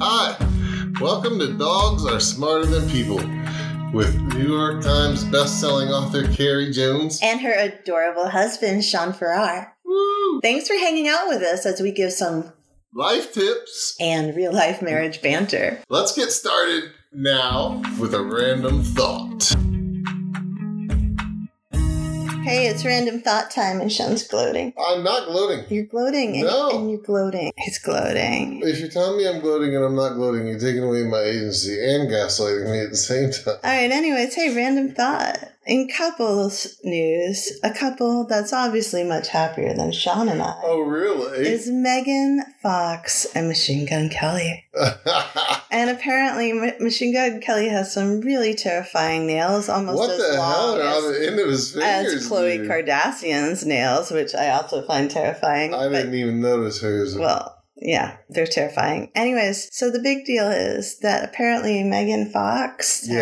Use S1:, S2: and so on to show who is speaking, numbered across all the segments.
S1: Hi, welcome to Dogs Are Smarter Than People with New York Times best-selling author Carrie Jones.
S2: and her adorable husband, Sean Farrar.
S1: Woo!
S2: Thanks for hanging out with us as we give some
S1: Life tips.
S2: and real life marriage banter.
S1: Let's get started now with a random thought.
S2: Hey, it's random thought time, and Sean's gloating.
S1: I'm not gloating.
S2: You're gloating, and,
S1: No.
S2: and you're gloating. He's gloating.
S1: If you're telling me I'm gloating and I'm not gloating, you're taking away my agency and gaslighting me at the same time.
S2: All right, anyways, hey, random thought. In couples news, a couple that's obviously much happier than Sean and I
S1: Oh, really?
S2: is Megan Fox and Machine Gun Kelly. And apparently, Ma- Machine Gun Kelly has some really terrifying nails, almost
S1: what
S2: as
S1: the
S2: long
S1: hell are
S2: as
S1: on the end of his fingers?
S2: as Khloe
S1: dude?
S2: Kardashian's nails, which I also find terrifying.
S1: I didn't even notice hers.
S2: But, well, yeah, they're terrifying. Anyways, so the big deal is that apparently Megan Fox
S1: Yeah.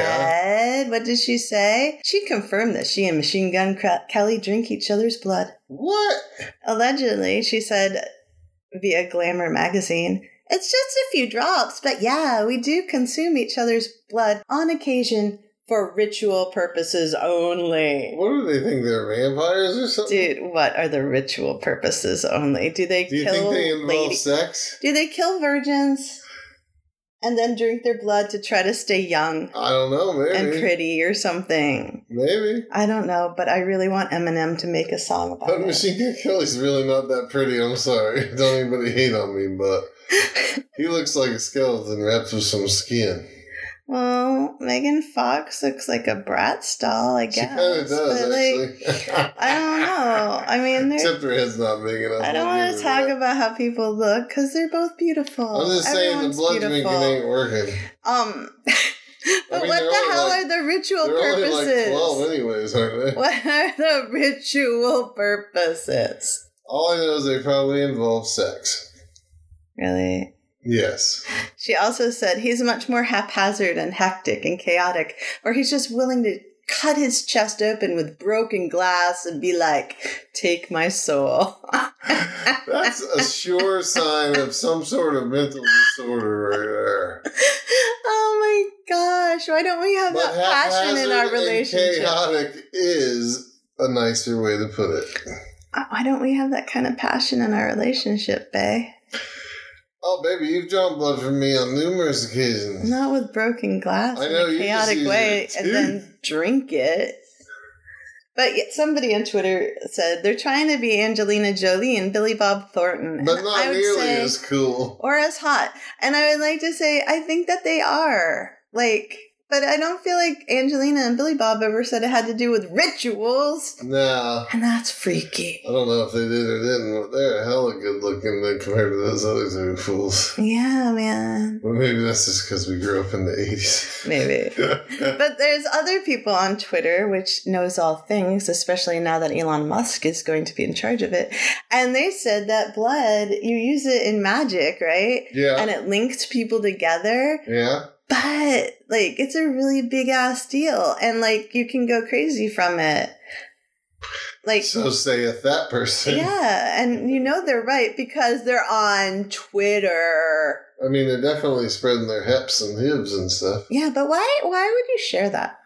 S2: said, what did she say? She confirmed that she and Machine Gun Cre- Kelly drink each other's blood.
S1: what?
S2: Allegedly, she said via Glamour magazine. It's just a few drops, but yeah, we do consume each other's blood on occasion for ritual purposes only.
S1: What do they think? They're vampires or something?
S2: Dude, what are the ritual purposes only? Do they
S1: Do you
S2: kill
S1: think they involve
S2: lady-
S1: sex?
S2: Do they kill virgins and then drink their blood to try to stay young
S1: I don't know.
S2: and
S1: Maybe.
S2: pretty or something?
S1: maybe.
S2: I don't know, but I really want Eminem to make a song about
S1: But
S2: it.
S1: Machine Gun Kelly's really not that pretty. I'm sorry. Don't anybody hate on me, but he looks like a skeleton wrapped with some skin.
S2: Well, Megan Fox looks like a brat's doll, I guess.
S1: she kind of does,
S2: but, like,
S1: actually.
S2: I don't know. I mean, they're-
S1: Except her head's not big enough.
S2: I don't
S1: I'll
S2: want
S1: give
S2: to
S1: her
S2: talk
S1: that.
S2: about how people look because they're both beautiful.
S1: I'm just saying the
S2: Everyone's
S1: blood drinking
S2: beautiful.
S1: ain't working.
S2: Um, but
S1: mean, they're
S2: what the
S1: only
S2: hell
S1: like-
S2: are the ritual
S1: They're only like
S2: purposes?
S1: 12 anyways, aren't they?
S2: what are the ritual purposes?
S1: All I know is they probably involve sex.
S2: Really?
S1: Yes.
S2: She also said he's much more haphazard and hectic and chaotic, or he's just willing to cut his chest open with broken glass and be like, take my soul.
S1: That's a sure sign of some sort of mental disorder right there.
S2: oh my gosh, why don't we have
S1: But
S2: that passion in
S1: haphazard
S2: our
S1: and
S2: relationship?
S1: chaotic is a nicer way to put it.
S2: Uh, Why don't we have that kind of passion in our relationship, Bay?
S1: Oh, baby, you've drawn blood from me on numerous occasions.
S2: Not with broken glass
S1: I know,
S2: in
S1: you
S2: a
S1: just
S2: chaotic
S1: use
S2: way
S1: your
S2: and then drink it. But yet somebody on Twitter said they're trying to be Angelina Jolie and Billy Bob Thornton.
S1: but
S2: and
S1: not nearly as cool.
S2: or as hot. And I would like to say I think that they are. Like but I don't feel like Angelina and Billy Bob ever said it had to do with rituals.
S1: Nah.
S2: And that's freaky.
S1: I don't know if they did or didn't, but they're hella good looking then compared to those other two fools.
S2: Yeah, man.
S1: Well, maybe that's just because we grew up in the 80s.
S2: Maybe. But there's other people on Twitter which knows all things, especially now that Elon Musk is going to be in charge of it. And they said that blood, you use it in magic, right?
S1: yeah.
S2: And it links people together.
S1: Yeah.
S2: But like it's a really big ass deal and like you can go crazy from it. Like
S1: So saith that person.
S2: yeah, and you know they're right because they're on Twitter.
S1: I mean, they're definitely spreading their hips and hibs and stuff.
S2: Yeah, but why why would you share that?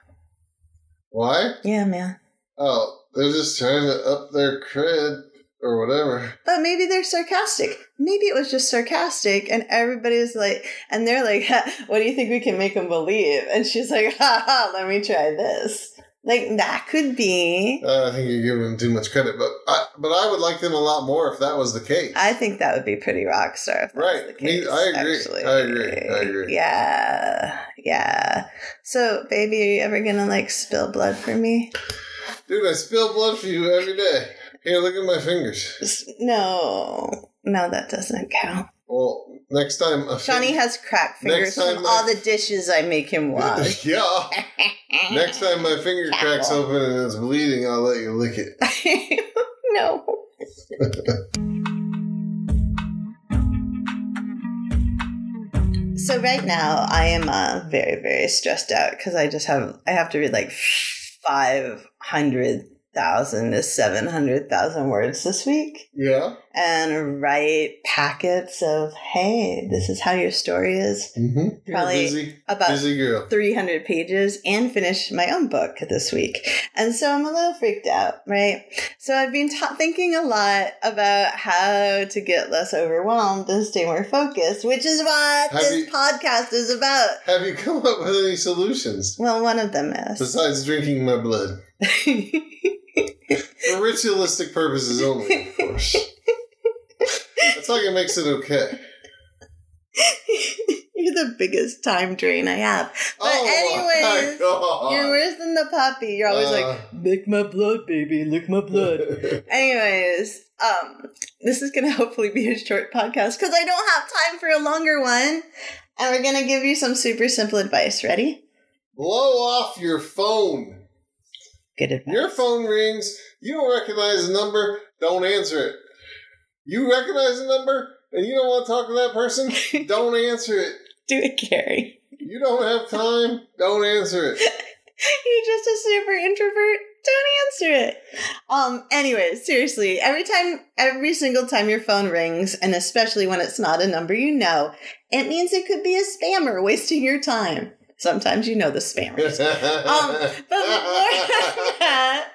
S1: Why?
S2: Yeah, man.
S1: Oh, they're just trying to up their cred or whatever.
S2: But maybe they're sarcastic. Maybe it was just sarcastic, and everybody's like, and they're like, "Ha, "What do you think we can make them believe?" And she's like, "Ha ha, let me try this." Like that could be.
S1: Uh, I think you're giving them too much credit, but I, but I would like them a lot more if that was the case.
S2: I think that would be pretty rock star. If that's
S1: Right.
S2: the
S1: Me-
S2: case,
S1: I agree.
S2: Actually.
S1: I agree. I agree.
S2: Yeah. Yeah. So, baby, are you ever gonna like spill blood for me?
S1: Dude, I spill blood for you every day. Here, look at my fingers.
S2: S- No. No, that doesn't count.
S1: Well, next time. a
S2: Shawnee
S1: fin-
S2: has crack
S1: Next
S2: fingers
S1: time
S2: from
S1: I-
S2: all the dishes I make him wash.
S1: yeah. Next time my finger cracks open and it's bleeding, I'll let you lick it.
S2: no. so right now I am uh, very very stressed out because I just have I have to read like five hundred thousand to seven hundred thousand words this week,
S1: Yeah.
S2: and write packets of, hey, this is how your story is
S1: Mm-hmm.
S2: Probably
S1: busy,
S2: about
S1: busy girl.
S2: 300 pages and finish my own book this week. And so I'm a little freaked out, right? So I've been ta- thinking a lot about how to get less overwhelmed and stay more focused, which is what
S1: Have you-
S2: this podcast is about.
S1: Have you come up with any solutions
S2: Well, one of them is.
S1: besides drinking my blood? For ritualistic purposes only, of course. That's like it makes it okay.
S2: You're the biggest time drain I have. anyways, You're
S1: oh,
S2: worse than the puppy. You're always
S1: uh,
S2: like, lick my blood, baby, lick my blood.
S1: blood.
S2: Anyways, um, this is gonna hopefully be a short podcast because I don't have time for a longer one. And we're gonna give you some super simple advice. Ready?
S1: Blow off your phone.
S2: Good advice.
S1: Your phone rings. You don't recognize the number. Don't answer it. You recognize the number and you don't want to talk to that person. Don't answer it.
S2: Do it, Carrie.
S1: You don't have time. Don't answer it.
S2: You're just a super introvert. Don't answer it. Um, anyways, seriously, every time every single time your phone rings, and especially when it's not a number you know, it means it could be a spammer wasting your time. Sometimes you know the spammers. Um, but more than that,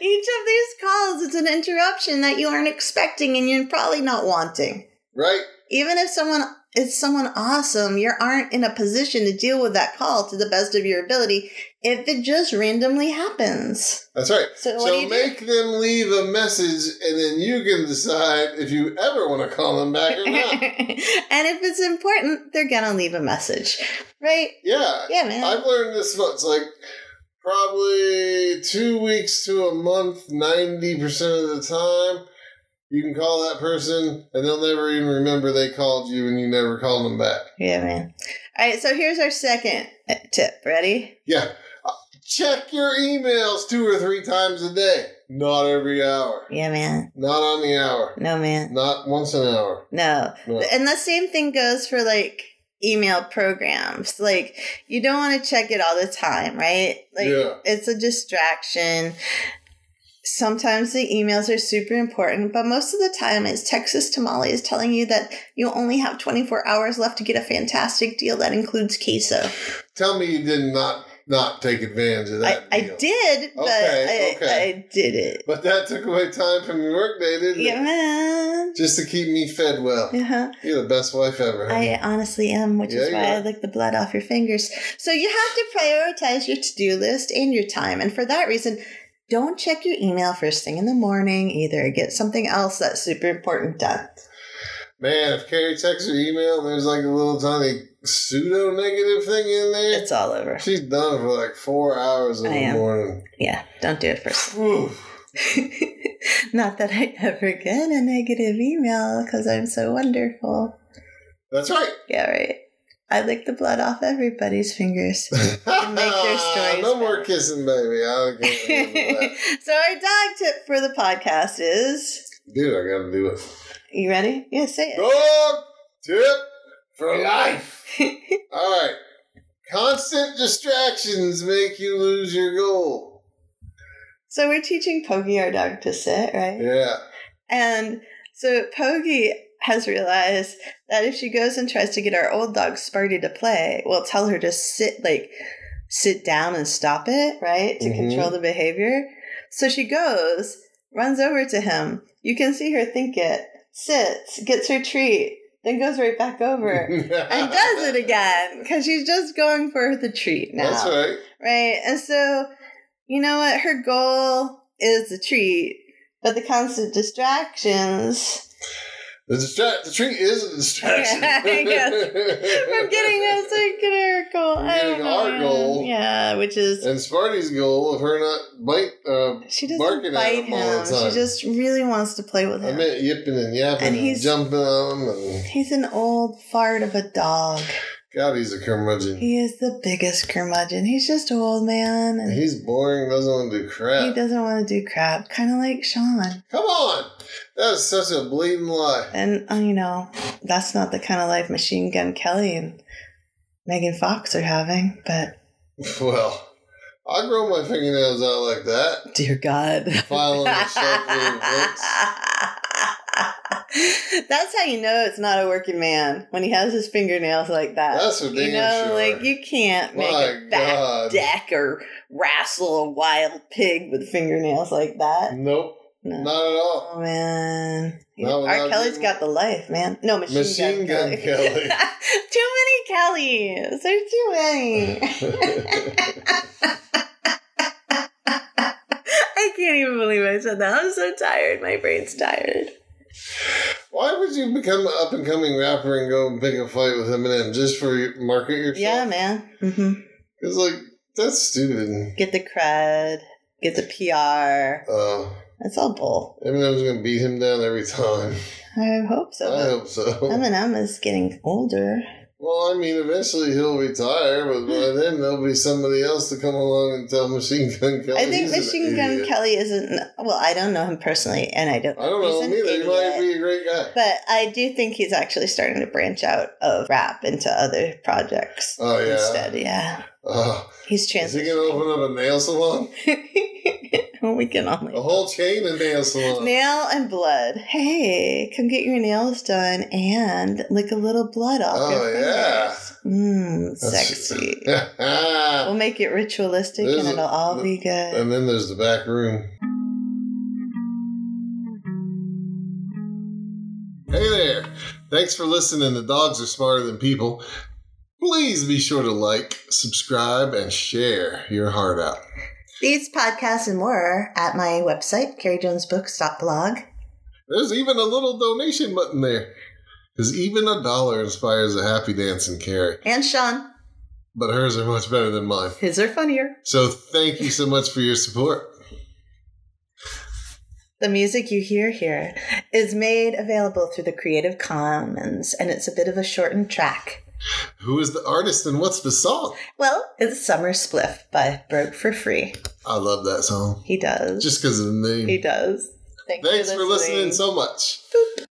S2: each of these calls is an interruption that you aren't expecting and you're probably not wanting.
S1: right?
S2: Even if someone is someone awesome, you aren't in a position to deal with that call to the best of your ability if it just randomly happens.
S1: That's right.
S2: So what do
S1: so
S2: you
S1: make them leave a message, and then you can decide if you ever want to call them back or
S2: do?
S1: not.
S2: and if it's important, they're gonna leave a message, right?
S1: Yeah,
S2: Yeah, man.
S1: I've learned this much. Like probably two weeks to a month, ninety percent of the time, you can call that person, and they'll never even remember they called you, and you never called them back.
S2: yeah, man. All right, so here's our second uh, tip. Ready?
S1: Yeah, uh, check your emails two or three times a day. Not every hour.
S2: Yeah, man.
S1: Not on the hour.
S2: No, man.
S1: Not once an hour.
S2: No.
S1: No.
S2: And the same thing goes for like email programs. Like you don't want to check it all the time, right? Like
S1: Yeah.
S2: it's a distraction. Sometimes the emails are super important, but most of the time it's Texas Tamale is telling you that you only have 24 hours left to get a fantastic deal that includes queso.
S1: Tell me you did not not take advantage of
S2: I,
S1: that.
S2: I
S1: deal.
S2: did, but
S1: Okay,
S2: I,
S1: okay.
S2: I did it.
S1: But that took away time from your workday, didn't
S2: Yeah,
S1: it?
S2: man.
S1: Just to keep me fed well.
S2: Uh-huh.
S1: You're the best wife ever. honey.
S2: I honestly am, which
S1: Yeah,
S2: is
S1: you
S2: why I
S1: are.
S2: lick the blood off your fingers. So you have to prioritize your to do list and your time. And for that reason, don't check your email first thing in the morning either. Get something else that's super important done.
S1: Man, if Carrie checks her email, there's like a little tiny pseudo negative thing in there.
S2: It's all over.
S1: She's done for like four hours in
S2: I
S1: the
S2: am.
S1: morning.
S2: Yeah, don't do it first.
S1: Whew.
S2: Not that I ever get a negative email because I'm so wonderful.
S1: That's right.
S2: Yeah, right. I lick the blood off everybody's fingers. make their stories
S1: no more
S2: better.
S1: kissing, baby. I
S2: so
S1: can't handle that.
S2: our dog tip for the podcast is.
S1: Dude, I gotta do it.
S2: You ready? Yeah, say it.
S1: Dog tip for life. All right. Constant distractions make you lose your goal.
S2: So we're teaching Pogi our dog to sit, right?
S1: Yeah.
S2: And so Pogi has realized that if she goes and tries to get our old dog Sparty to play, we'll tell her to sit like sit down and stop it, right? To
S1: Mhm.
S2: control the behavior. So she goes, runs over to him. You can see her think it, sits, gets her treat, then goes right back over. And does it again because she's just going for the treat now
S1: That's right.
S2: right? And so, you know what? Her goal is the treat, but the constant distractions
S1: The, distra- the tree is a distraction.
S2: Yeah, I guess. from getting us to get her goal.
S1: From
S2: I don't
S1: getting our
S2: know.
S1: goal.
S2: Yeah, which is
S1: And Sparty's goal of her not bite, uh,
S2: she doesn't
S1: barking at
S2: bite
S1: him all the
S2: him. She
S1: time.
S2: just really wants to play with
S1: I
S2: him.
S1: meant yipping and yapping
S2: And
S1: and,
S2: he's-
S1: jumping on him. And
S2: He's an old fart of a dog.
S1: God, he's a curmudgeon.
S2: He is the biggest curmudgeon. He's just an old man and
S1: He's boring, doesn't want to do
S2: he
S1: crap.
S2: doesn't want to do crap. Kind of like Sean.
S1: Come on! That is such a blatant lie.
S2: And uh, you know, that's not the kind of life Machine Gun Kelly and Megan Fox are having. But
S1: Well, I grow my fingernails out like that.
S2: dear God,
S1: Filing a shelf full of books.
S2: That's how you know it's not a working man when he has his fingernails like that.
S1: That's for
S2: you
S1: damn
S2: know,
S1: sure.
S2: like you can't make
S1: My
S2: a back
S1: God.
S2: deck or wrestle a wild pig with fingernails like that.
S1: Nope,
S2: No.
S1: not at all.
S2: Oh man,
S1: Not
S2: R.
S1: without
S2: Kelly's
S1: getting-
S2: got the life, man. No, machine,
S1: Machine
S2: gun,
S1: Gun
S2: Kelly.
S1: Kelly.
S2: too many Kellys. There's too many. I can't even believe I said that. I'm so tired. My brain's tired.
S1: Why would you become an up and coming rapper and go and pick a fight with Eminem just for your- market yourself?
S2: Yeah, man. hmm
S1: It's like, that's stupid.
S2: Get the cred. Get the PR.
S1: Uh,
S2: That's all bull.
S1: Eminem's gonna beat him down every time.
S2: I hope so.
S1: I
S2: but
S1: hope so.
S2: Eminem is getting older.
S1: Well, I mean, eventually he'll retire, but by then there'll be somebody else to come along and tell Machine Gun Kelly.
S2: I think
S1: he's an
S2: Machine Gun
S1: idiot.
S2: Kelly isn't. Well, I don't know him personally, and I don't.
S1: I don't know
S2: he's
S1: him
S2: an
S1: either. He might
S2: idiot.
S1: be a great guy.
S2: But I do think he's actually starting to branch out of rap into other projects
S1: Oh yeah.
S2: instead. Yeah,
S1: Oh,
S2: he's
S1: is he gonna
S2: transitioning.
S1: open up a nail salon?
S2: we can only
S1: A whole chain of nail salon.
S2: nail and blood. Hey, come get your nails done and lick a little blood off
S1: Oh,
S2: your
S1: yeah.
S2: fingers. Mmm,
S1: That's-
S2: sexy. we'll make it ritualistic
S1: There's
S2: and
S1: a-
S2: it'll all be good.
S1: and then there's the back room. Hey there! Thanks for listening to Dogs Are Smarter Than People. Please be sure to like, subscribe, and share your heart out.
S2: These podcasts and more are at my website, carriejonesbooks.blog.
S1: There's even a little donation button there. Because even a dollar inspires a happy dance in Carrie.
S2: And Sean,
S1: But hers are much better than mine.
S2: his are funnier.
S1: So thank you so much for your support.
S2: The music you hear here is made available through the Creative Commons, and it's a bit of a shortened track.
S1: Who is the artist and what's the song?
S2: Well, it's Summer Spliff by Broke for Free.
S1: I love that song.
S2: He does.
S1: Just because of the name.
S2: he does. Thanks,
S1: Thanks for listening so much.